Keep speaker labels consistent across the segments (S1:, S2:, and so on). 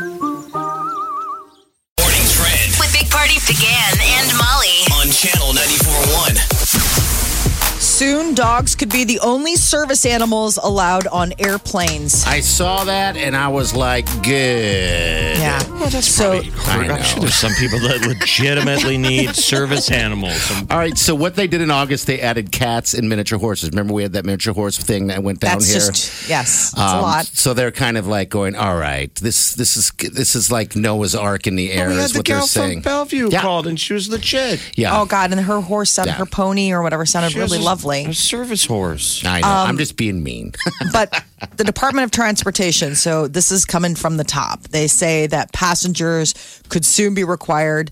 S1: Morning Trend
S2: With Big Party began and Molly.
S1: on Channel 941.
S3: Soon, dogs could be the only service animals allowed on airplanes.
S4: I saw that and I was like, good.
S3: Yeah. so,
S4: I know.
S5: Corruption. There's some people that legitimately need service animals. Um,
S4: All right, so what they did in August, they added cats and miniature horses. Remember, we had that miniature horse thing that went down
S3: that's
S4: here.
S3: just yes, it's a
S4: Um,
S3: lot.
S4: So they're kind of like going, all right, this this is this is like Noah's Ark in the air
S5: we had
S4: is
S5: the
S4: what they're
S5: gal
S4: saying.
S5: from Bellevue
S4: Yeah.
S5: called, and she was legit.
S4: yeah,
S3: Oh God! And her horse, sounded,
S4: Yeah.
S3: her pony or whatever, sounded
S5: She was
S3: really
S5: a-
S3: lovely.
S5: A service horse.
S4: I know. I'm just being mean.
S3: but the Department of Transportation, so this is coming from the top. They say that passengers could soon be required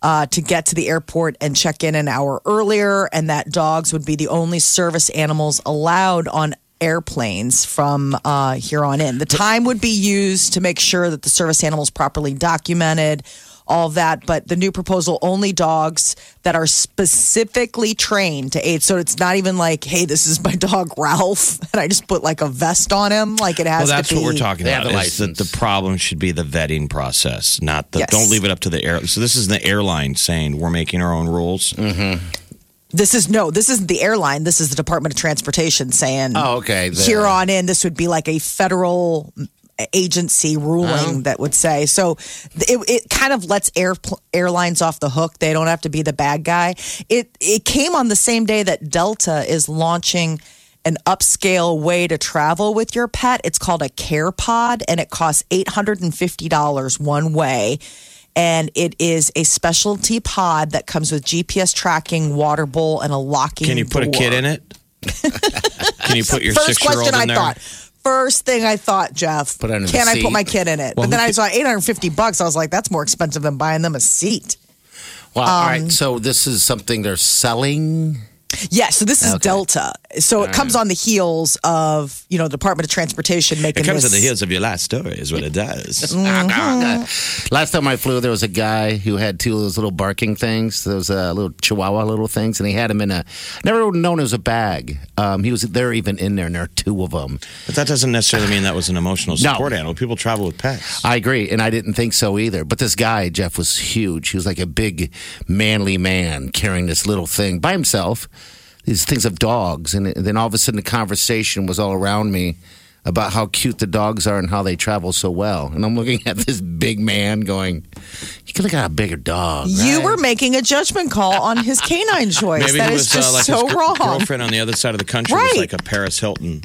S3: uh, to get to the airport and check in an hour earlier, and that dogs would be the only service animals allowed on airplanes from uh, here on in. The time would be used to make sure that the service animal is properly documented. All that, but the new proposal only dogs that are specifically trained to aid. So it's not even like, hey, this is my dog Ralph, and I just put like a vest on him. Like it
S5: Well,
S3: has.
S5: that's
S3: to be,
S5: what we're talking
S4: They
S5: about.
S4: have the
S5: is that the
S4: license.
S5: problem should be the vetting process, not the.
S3: Yes.
S5: Don't leave it up to the air. So this is the airline saying we're making our own rules.
S3: This is no, this isn't the airline. This is the Department of Transportation saying,
S4: Oh, okay, the-
S3: Here on in, this would be like a federal agency ruling
S5: Oh.
S3: that would say. So it, it kind of lets air, airlines off the hook. They don't have to be the bad guy. It it came on the same day that Delta is launching an upscale way to travel with your pet. It's called a care pod and it costs $850 one way. And it is a specialty pod that comes with GPS tracking, water bowl, and a locking.
S5: Can you put a kid in it? Can you put your
S3: First
S5: six-year-old
S3: question
S5: in
S3: I
S5: there?
S3: thought. First thing I thought, Jeff,
S4: Put it under the
S3: can I
S4: seat.
S3: put my kid in it? but then I saw 850 bucks. I was like, that's more expensive than buying them a seat.
S4: Well, all
S5: um,
S4: right, so this is something they're selling.
S3: Yeah, so this is Delta. So it comes on the heels of, you know, the Department of Transportation making
S5: It comes at
S3: this.
S5: the heels of your last story, is what it does.
S3: Mm.
S4: Last time I flew, there was a guy who had two of those little barking things, those uh, little Chihuahua little things, and he had them in a never would've known it was a bag. Um, he was they're even in there, and there are two of them.
S5: But that doesn't necessarily mean that was an emotional
S4: No.
S5: support animal. People travel with pets.
S4: I agree, and I didn't think so either. But this guy Jeff was huge. He was like a big, manly man carrying this little thing by himself. These things of dogs, and then all of a sudden, the conversation was all around me about how cute the dogs are and how they travel so well. And I'm looking at this big man going, "You could have got a bigger dog."
S3: You
S4: right?"
S3: were making a judgment call on his canine choice.
S5: Maybe
S3: that
S5: it
S3: is
S5: was
S3: just
S5: uh, like
S3: so
S5: his gr-
S3: wrong.
S5: girlfriend on the other side of the country was
S3: Right.
S5: like a Paris Hilton.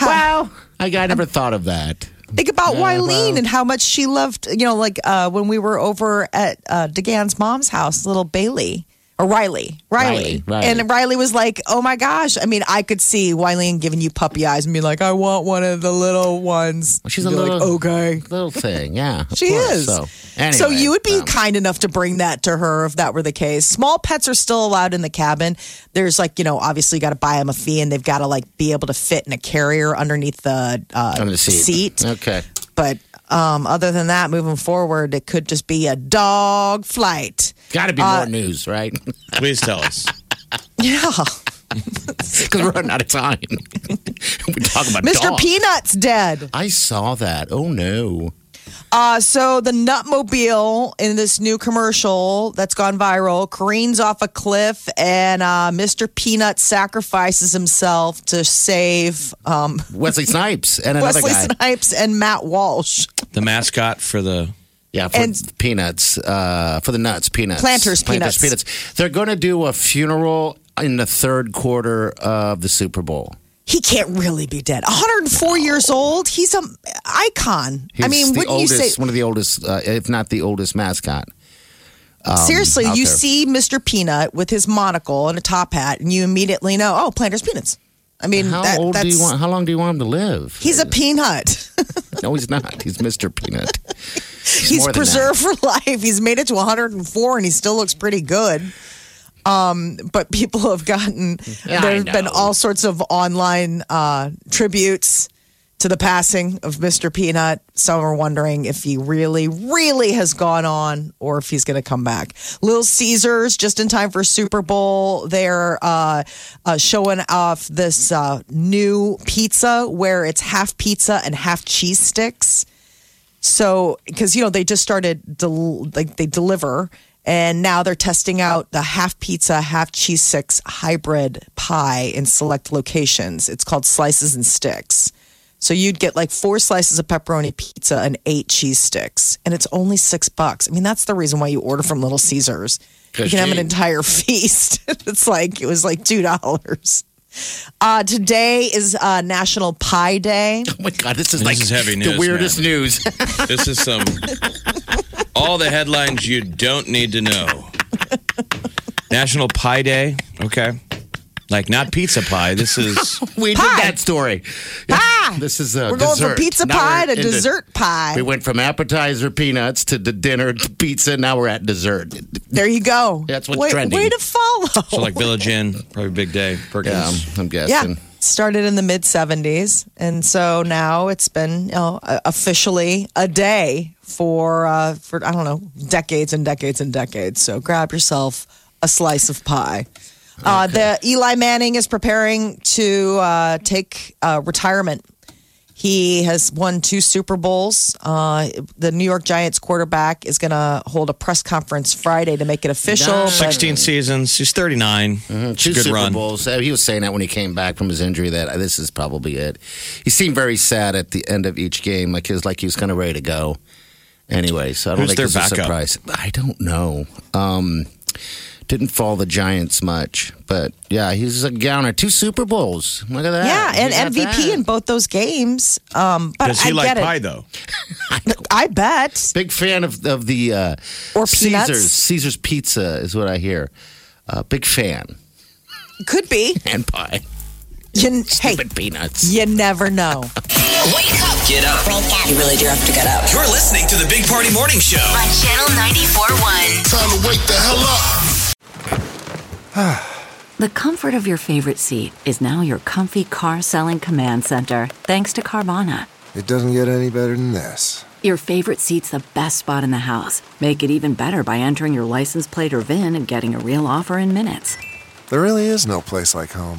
S4: Wow. I, I never thought of that.
S3: Think about
S4: Yeah,
S3: Wileen
S4: well.
S3: and how much she loved, you know, like uh, when we were over at uh, DeGan's mom's house, little Bailey or Riley. Riley.
S4: Riley, Riley.
S3: And Riley was like, oh my gosh. I mean, I could see Wileen giving you puppy eyes and be like, I want one of the little ones.
S4: She's
S3: You'd
S4: a
S3: be like,
S4: little-
S3: okay.
S4: Little thing, yeah. of
S3: She
S4: course,
S3: is.
S4: So, anyway,
S3: So you would be
S4: um,
S3: kind enough to bring that to her if that were the case. Small pets are still allowed in the cabin. There's like, you know, obviously you got to buy them a fee and they've got to like be able to fit in a carrier underneath the, uh,
S4: on the seat.
S3: seat.
S4: Okay.
S3: But um, other than that, moving forward, it could just be a dog flight.
S4: Got to be
S3: Uh,
S4: more news, right?
S5: Please tell us.
S3: Yeah.
S4: Because we're running out of time. we talk about
S3: Mr.
S4: dogs.
S3: Peanut's dead.
S4: I saw that. Oh no.
S3: Uh, so the Nutmobile in this new commercial that's gone viral careens off a cliff, and uh, Mr. Peanut sacrifices himself to save um,
S4: Wesley Snipes and another
S3: Wesley
S4: guy.
S3: Snipes and Matt Walsh.
S5: The mascot for the.
S4: Yeah, for
S3: And-
S4: peanuts, uh, for the nuts, peanuts.
S3: Planters
S4: Planters
S3: peanuts.
S4: peanuts. They're going to do a funeral in the third quarter of the Super Bowl.
S3: He can't really be dead. 104 years old. He's an icon.
S4: He's
S3: I mean,
S4: the
S3: wouldn't
S4: oldest,
S3: you say
S4: one of the oldest, uh, if not the oldest mascot.
S3: Seriously,
S4: Um, out
S3: you
S4: there.
S3: see Mr. Peanut with his monocle and a top hat, and you immediately know, oh, Planters Peanuts. I mean,
S4: How
S3: Mm, that,
S4: old
S3: that's
S4: do you want? How long do you want him to live?
S3: he's a peanut.
S4: No, he's not. He's Mr. Peanut.
S3: he's
S4: more than that.
S3: preserved for life. He's made it to 104 and he still looks pretty good. Um, but people have gotten
S4: Yeah, I
S3: there have been
S4: know.
S3: all sorts of online uh, tributes to the passing of Mr. Peanut. Some are wondering if he really, really has gone on or if he's going to come back. Little Caesars, just in time for Super Bowl, they're uh, uh, showing off this uh, new pizza where it's half pizza and half cheese sticks. So, because you know they just started del- like they deliver, and now they're testing out the half pizza, half cheese sticks hybrid pie in select locations. It's called slices and sticks. So you'd get like four slices of pepperoni pizza and eight cheese sticks, and it's only six bucks. I mean, that's the reason why you order from Little Caesars. You
S4: 'Cause
S3: can have an
S4: cheap.
S3: entire feast. it's like it was like two dollars. Uh, today is uh, National Pie Day.
S4: Oh my God, this is
S5: This
S4: like
S5: is heavy
S4: the
S5: news,
S4: weirdest
S5: man.
S4: news.
S5: This is some all the headlines you don't need to know. National Pie Day. Okay. Like not pizza pie. This is
S4: we
S3: Pie.
S4: did that story.
S3: Pie.
S4: This is uh,
S3: We're going from
S4: dessert.
S3: pizza
S4: Now
S3: pie
S4: we're
S3: to
S4: into-
S3: dessert pie.
S4: We went from appetizer peanuts to the dinner to pizza. Now we're at dessert.
S3: there you go.
S4: That's what's
S3: way,
S4: trending.
S3: Way to follow.
S5: so like Village Inn, probably big day.
S4: Yeah,
S5: Perkins.
S4: Um, I'm guessing.
S3: yeah, started in the mid '70s, and so now it's been you know, uh, officially a day for uh, for I don't know decades and decades and decades. So grab yourself a slice of pie. Uh, the Eli Manning is preparing to uh, take uh, retirement He has won two Super Bowls. Uh, the New York Giants quarterback is going to hold a press conference Friday to make it official.
S4: Nice.
S3: but-
S5: 16 seasons. He's 39.
S3: Uh-huh.
S5: It's a
S4: Two
S5: good
S4: Super
S5: run.
S4: Bowls. Uh, He was saying that when he came back from his injury that uh, this is probably it. He seemed very sad at the end of each game, like he was like he was kind of ready to go. Anyway, so I don't
S5: Who's
S4: think
S5: their
S4: it's a
S5: backup?
S4: surprise. I don't know. Um, didn't follow the Giants much, but yeah, he's a gowner. Two Super Bowls. Look at that.
S3: yeah, and
S4: He got
S3: MVP
S4: that.
S3: in both those games. Um, but
S5: Does he
S3: I
S5: like
S3: get
S5: pie
S3: it.
S5: though?
S3: I bet.
S4: Big fan of of the uh,
S3: Or peanuts.
S4: Caesar's Caesar's Pizza is what I hear. Uh, big fan
S3: Could be.
S4: and pie,
S3: You, hey,
S4: but peanuts.
S3: you never know.
S1: Wake up. Get up.
S2: Wake up. You really do have to get up.
S1: You're listening to the Big Party Morning Show.
S2: On Channel 94.1.
S6: Time to wake the hell up.
S7: The comfort of your favorite seat is now your comfy car selling command center, thanks to Carvana.
S6: It doesn't get any better than this.
S7: Your favorite seat's the best spot in the house. Make it even better by entering your license plate or VIN and getting a real offer in minutes.
S6: There really is no place like home.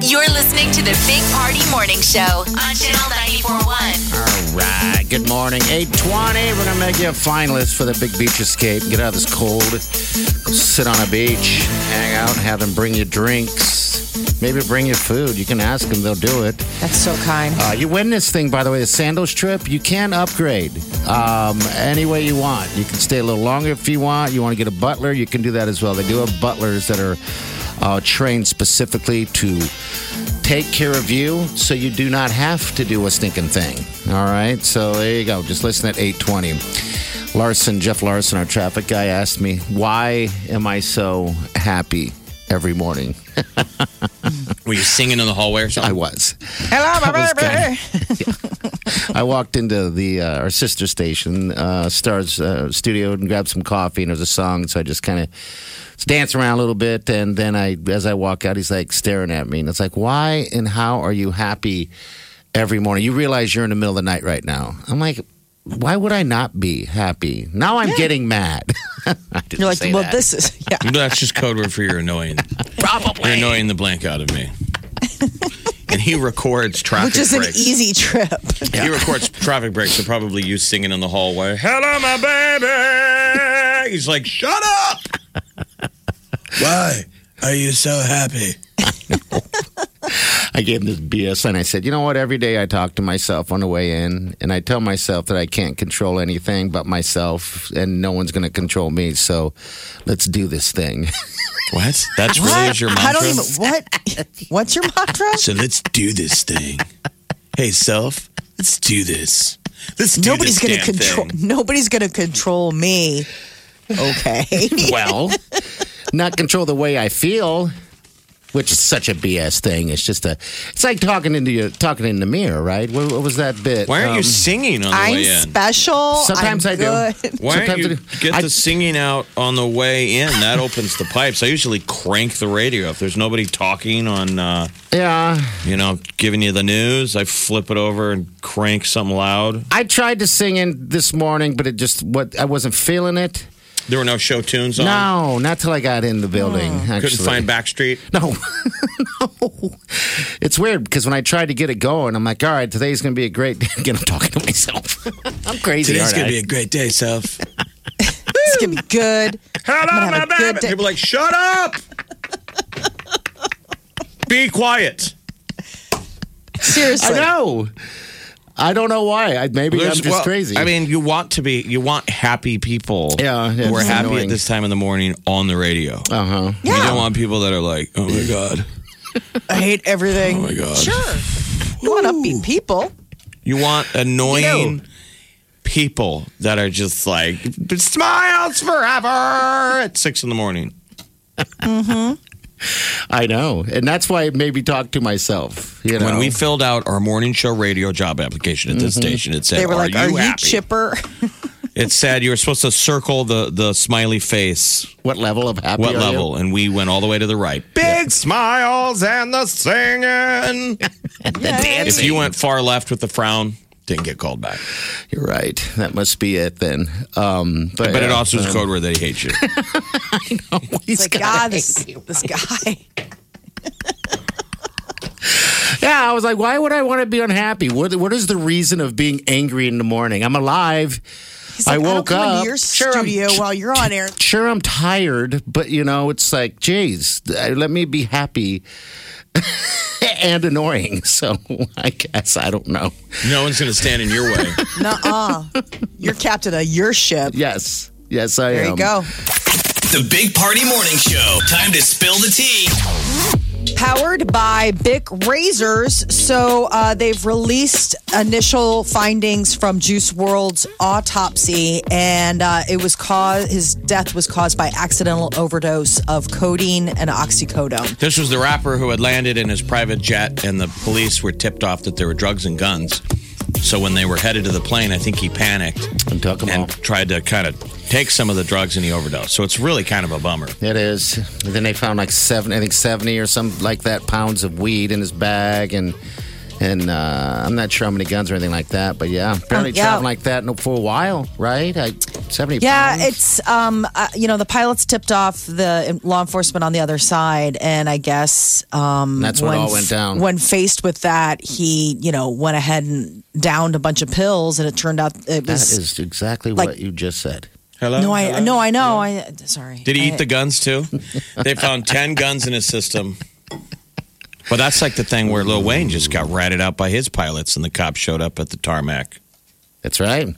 S2: You're listening to the Big Party Morning Show on Channel 94.1.
S4: All right. Good morning. 820. We're going to make you a finalist for the big beach escape. Get out of this cold. Go sit on a beach. Hang out. Have them bring you drinks. Maybe bring you food. You can ask them. They'll do it.
S3: That's so kind.
S4: Uh, you win this thing, by the way, the sandals trip. You can upgrade um, any way you want. You can stay a little longer if you want. You want to get a butler, you can do that as well. They do have butlers that are uh, trained specifically to take care of you, so you do not have to do a stinking thing. All right, so there you go. Just listen at eight twenty. Larson, Jeff Larson, our traffic guy, asked me, "Why am I so happy every morning?"
S5: Were you singing in the hallway or
S4: I
S5: something?
S4: was.
S3: Hello, my
S4: was
S3: baby.
S4: I walked into the uh, our sister station, uh, Stars uh, Studio, and grabbed some coffee, and there was a song, so I just kind of danced around a little bit, and then I, as I walk out, he's like staring at me, and it's like, why and how are you happy every morning? You realize you're in the middle of the night right now. I'm like. Why would I not be happy? Now I'm getting mad. I didn't
S3: You're like,
S4: say
S3: well,
S4: that.
S3: this is yeah.
S5: No, That's just code word for you're annoying. Probably. You're annoying the blank out of me. and he records traffic
S3: Which is an
S5: breaks.
S3: easy trip.
S5: He records traffic breaks, so probably you singing in the hallway. Hello, my baby. away. He's like, shut up. Why are you so happy?
S4: I gave him this BS and I said, you know what? Every day I talk to myself on the way in and I tell myself that I can't control anything but myself and no one's going to control me. So let's do this thing.
S5: What? That's really is your mantra.
S3: I don't even. What? What's your mantra?
S5: So let's do this thing. Hey, self, let's do this. Let's do
S3: Nobody's
S5: this
S3: going to
S5: damn
S3: control.
S5: thing.
S3: Nobody's going to control me. Okay.
S4: well, not control the way I feel, which is such a BS thing. It's just a, it's like talking into your, talking in the mirror, right? What, what was that bit?
S5: Why aren't you
S4: Um,
S5: singing on the
S3: I'm
S5: way in?
S3: special.
S4: Sometimes
S3: I'm
S4: I do.
S3: good.
S5: Why don't
S4: Sometimes
S5: you
S4: I do.
S5: get
S4: I-
S5: the singing out on the way in? That opens the pipes. I usually crank the radio if there's nobody talking on, uh,
S4: Yeah.
S5: you know, giving you the news. I flip it over and crank something loud.
S4: I tried to sing in this morning, but it just, what, I wasn't feeling it.
S5: There were no show tunes on.
S4: No, not till I got in the building. Actually.
S5: Couldn't find Backstreet.
S4: No, no. It's weird because when I tried to get it going, I'm like, all right, today's going to be a great day. Again, I'm talking to myself. I'm crazy. aren't I?
S5: a great day, self.
S3: It's going to be good.
S5: Hello,
S3: I'm gonna
S5: my
S3: have a good
S5: baby.
S3: day.
S5: People are like, shut up. Be quiet.
S3: Seriously.
S4: I know. I don't know why. I, maybe I'm
S5: There's-
S4: just
S5: well,
S4: crazy.
S5: I mean, you want to be, you want happy people.
S4: Yeah, yeah,
S5: who are
S4: it's
S5: happy
S4: annoying.
S5: at this time in the morning on the radio.
S4: uh huh.
S5: You don't want people that are like, oh my god,
S3: I hate everything.
S5: oh my god.
S3: Sure. You want upbeat people.
S5: You want annoying people that are just like smiles forever at six in the morning.
S4: I know, and that's why I maybe talk to myself. You know,
S5: When we filled out our morning show radio job application at this
S4: Mm-hmm.
S5: station, it said,
S3: They were like, "Are you,
S5: happy?"
S3: chipper?"
S5: It said you were supposed to circle the the smiley face.
S4: what level of happy?
S5: What
S4: are you?
S5: level? And we went all the way to the right. Big smiles and the singing. If you went far left with the frown, didn't get called back.
S4: You're right. That must be it then. Um, but
S5: But it
S4: yeah,
S5: also is a code word that he hates you.
S3: It's
S4: he's
S3: like,
S4: got-
S3: God, this, this guy.
S4: Yeah, I was like, why would I want to be unhappy? What What is the reason of being angry in the morning? I'm alive.
S3: He's like,
S4: I
S3: don't
S4: woke
S3: come into
S4: up.
S3: your
S4: Sure, I'm-
S3: studio while you're on air.
S4: sure I'm tired, but you know, it's like, geez, I- let me be happy and annoying. So I guess I don't know.
S5: No one's going to stand in your way.
S3: Nuh-uh. You're captain of your ship.
S4: Yes, yes, I
S3: There
S4: am.
S3: you go.
S1: The Big Party Morning Show. Time to spill the tea.
S3: Powered by Bic razors, so uh, they've released initial findings from Juice World's autopsy, and uh, it was caused. His death was caused by accidental overdose of codeine and oxycodone.
S5: This was the rapper who had landed in his private jet, and the police were tipped off that there were drugs and guns. So when they were headed to the plane, I think he panicked
S4: And took 'em
S5: and
S4: all.
S5: tried to kind of take some of the drugs and he overdosed. So it's really kind of a bummer.
S4: It is. And then they found like seven, I think seventy or some like that pounds of weed in his bag, and and uh, I'm not sure how many guns or anything like that, but yeah, apparently
S3: Oh, yeah.
S4: traveling like that for a while, right? I, seventy.
S3: Yeah,
S4: pounds.
S3: it's um, uh, you know, the pilots tipped off the um, law enforcement on the other side, and I guess um,
S4: That's when it all went down.
S3: When faced with that, he you know went ahead and downed a bunch of pills, and it turned out it
S4: that
S3: was
S4: is exactly
S3: like-
S4: what you just said.
S5: Hello?
S3: no, I no, I know. I sorry.
S5: Did
S3: I-
S5: he eat the guns too? They found 10 guns in his system. But that's like the thing where Lil Wayne just got ratted out by his pilots and the cops showed up at the tarmac.
S4: That's right.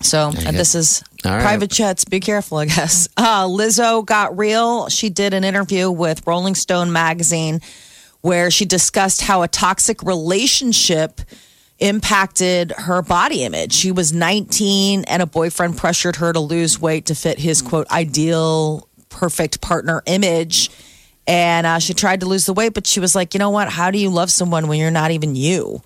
S3: So
S4: you
S3: and
S4: go.
S3: this is
S4: All right.
S3: private jets. Be careful, I guess. Uh, Lizzo got real. She did an interview with Rolling Stone magazine where she discussed how a toxic relationship impacted her body image. She was 19 and a boyfriend pressured her to lose weight to fit his quote ideal perfect partner image. And uh, she tried to lose the weight, but she was like, you know what? How do you love someone when you're not even you?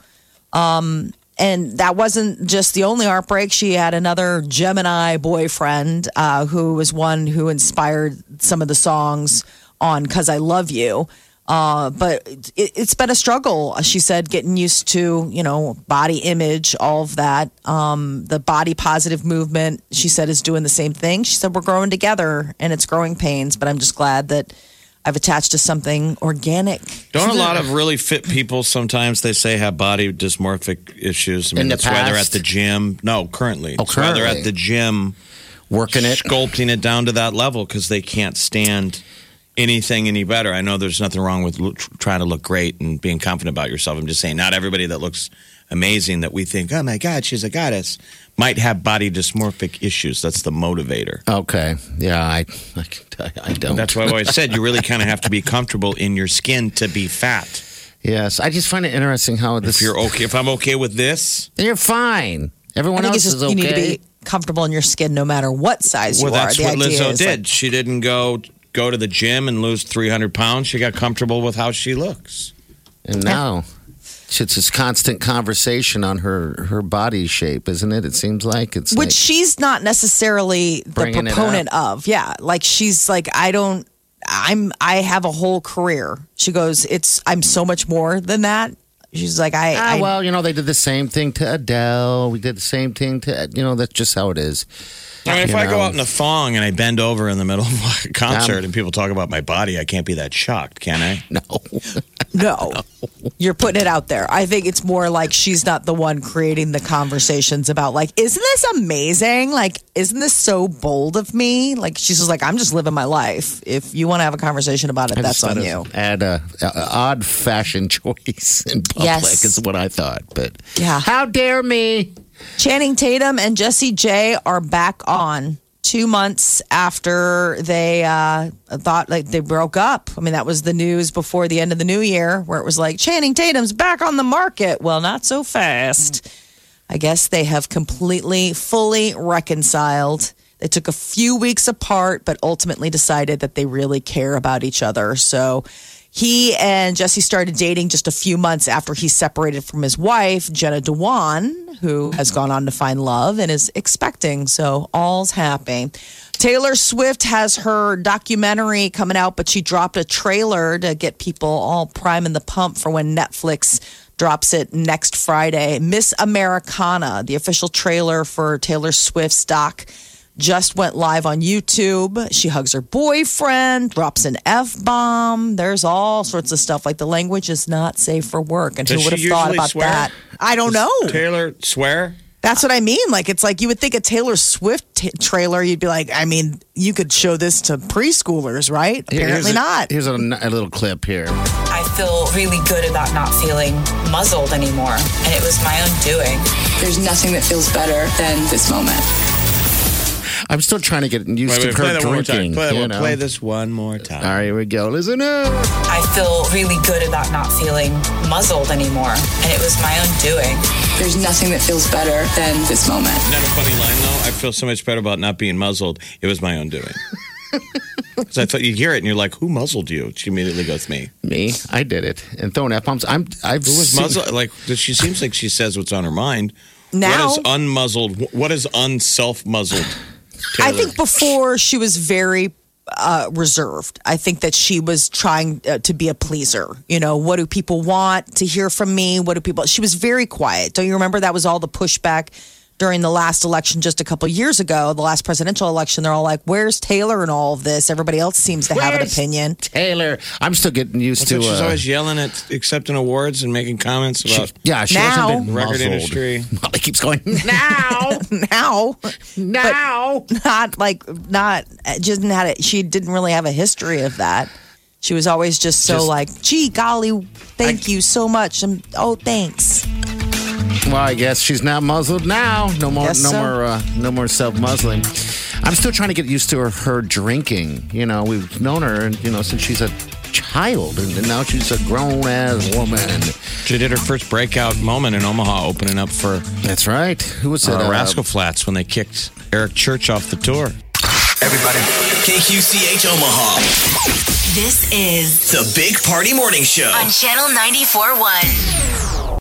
S3: and that wasn't just the only heartbreak. She had another Gemini boyfriend uh, who was one who inspired some of the songs on "Cause I Love You." Uh, but it, it's been a struggle, she said, getting used to you know body image, all of that. Um, the body positive movement, she said, is doing the same thing. She said, "We're growing together, and it's growing pains, but I'm just glad that I've attached to something organic."
S5: Don't a lot of really fit people sometimes they say have body dysmorphic issues? I
S4: In the
S5: that's why they're at
S4: past?
S5: the gym. No, currently.
S4: Oh,
S5: That's why they're at
S4: currently.
S5: the gym
S4: working it.
S5: sculpting it down to that level because they can't stand anything any better. I know there's nothing wrong with look, trying to look great and being confident about yourself. I'm just saying, not everybody that looks amazing that we think, oh my God, she's a goddess, might have body dysmorphic issues. That's the motivator.
S4: Okay. Yeah, I, I, can tell you, I don't.
S5: That's why I always said you really kind of have to be comfortable in your skin to be fat.
S4: Yes, I just find it interesting how this.
S5: If you're okay, if I'm okay with this,
S4: Then you're fine. Everyone
S3: I think it's
S4: else
S3: just
S4: is okay.
S3: you need to be comfortable in your skin no matter what size
S5: well,
S3: you are.
S5: that's
S3: The
S5: what
S3: idea
S5: Lizzo
S3: is,
S5: did.
S3: like,
S5: she didn't go go to the gym and lose 300 pounds. She got comfortable with how she looks.
S4: and now, it's this constant conversation on her her body shape, isn't it? It seems like it's
S3: which
S4: like-
S3: she's not necessarily the
S4: Bringing it
S3: proponent of. Yeah, like she's like I don't. I'm. I have a whole career. She goes. It's. I'm so much more than that. She's like I.
S4: Ah,
S3: I
S4: well, you know, they did the same thing to Adele. We did the same thing to, you know, that's just how it is.
S5: I mean, if
S4: You
S5: I go
S4: know.
S5: out in a thong and I bend over in the middle of a concert
S4: Um,
S5: and people talk about my body, I can't be that shocked, can I?
S4: No.
S3: no, you're putting it out there. I think it's more like she's not the one creating the conversations about like, isn't this amazing? Like, isn't this so bold of me? Like, she's just like, I'm just living my life. If you want to have a conversation about it,
S4: I
S3: that's
S4: just thought
S3: on
S4: it
S3: you.
S4: was An a, a- odd fashion choice in public
S3: Yes.
S4: is what I thought. But
S3: Yeah.
S4: how dare me?
S3: Channing Tatum and Jesse J are back on two months after they uh, thought like they broke up. I mean, that was the news before the end of the new year where it was like Channing Tatum's back on the market. Well, not so fast. I guess they have completely, fully reconciled. They took a few weeks apart, but ultimately decided that they really care about each other. So he and Jesse started dating just a few months after he separated from his wife, Jenna Dewan, who has gone on to find love and is expecting. So all's happy. Taylor Swift has her documentary coming out, but she dropped a trailer to get people all priming the pump for when Netflix drops it next Friday. Miss Americana, the official trailer for Taylor Swift's doc, just went live on YouTube. She hugs her boyfriend, drops an F bomb. There's all sorts of stuff. Like the language is not safe for work. And
S5: Does
S3: who would
S5: she
S3: have thought
S5: usually
S3: about
S5: swear?
S3: that? I don't know.
S5: Taylor, swear?
S3: That's what I mean. Like, it's like you would think a Taylor Swift t- trailer, you'd be like, I mean, you could show this to preschoolers, right? Apparently
S4: here's a-
S3: not.
S4: Here's a, a little clip here.
S8: I feel really good about not feeling muzzled anymore. And it was my own doing.
S9: There's nothing that feels better than this moment.
S4: I'm still trying to get used
S5: Wait, wait,
S4: to
S5: play
S4: her
S5: that one more
S4: drinking.
S5: time. Play,
S4: you
S5: that one-
S4: know?
S5: play this one more time.
S4: All right, here we go. Listen up.
S8: I feel really good about not feeling muzzled anymore. And it was my own doing.
S9: There's nothing that feels better than this moment.
S5: Isn't that a funny line, though? I feel so much better about not being muzzled. It was my own doing. Because I thought you hear it and you're like, who muzzled you? She immediately goes, me.
S4: Me, I did it. And throwing F bombs. I'm. I've
S5: Who was
S4: seen-
S5: muzzled? Like, she seems like she says what's on her mind.
S3: Now-
S5: What is unmuzzled? What is unself-muzzled?
S3: I
S5: Taylor?
S3: think before she was very uh, reserved. I think that she was trying uh, to be a pleaser. You know, what do people want to hear from me? What do people? She was very quiet. Don't you remember that was all the pushback during the last election just a couple years ago, the last presidential election? They're all like, "Where's Taylor in all of this?" Everybody else seems to have an
S4: Where's
S3: opinion.
S4: Taylor. I'm still getting used
S5: So
S4: to.
S5: she's
S4: uh,
S5: always yelling at accepting awards and making comments about
S4: yeah, she
S3: Now-
S4: hasn't been
S5: record
S4: muzzled.
S5: industry.
S4: Molly keeps going now,
S3: Now,
S4: now.
S3: not like not uh, just had it. She didn't really have a history of that. She was always just so
S4: Just-
S3: like, "Gee, golly, thank you so much," and "Oh, thanks."
S4: Well, I guess she's not muzzled now. No more,
S3: Guess
S4: no
S3: so.
S4: more, uh, no more self-muzzling. I'm still trying to get used to her, her drinking. You know, we've known her, you know, since she's a child, and now she's a grown-ass woman.
S5: She did her first breakout moment in Omaha, opening up for
S4: That's right. Who was it?
S5: uh,
S4: Uh,
S5: Rascal Flats when they kicked Eric Church off the tour.
S1: KQCH Omaha.
S2: This is
S1: The Big Party Morning Show.
S2: on Channel 94.1.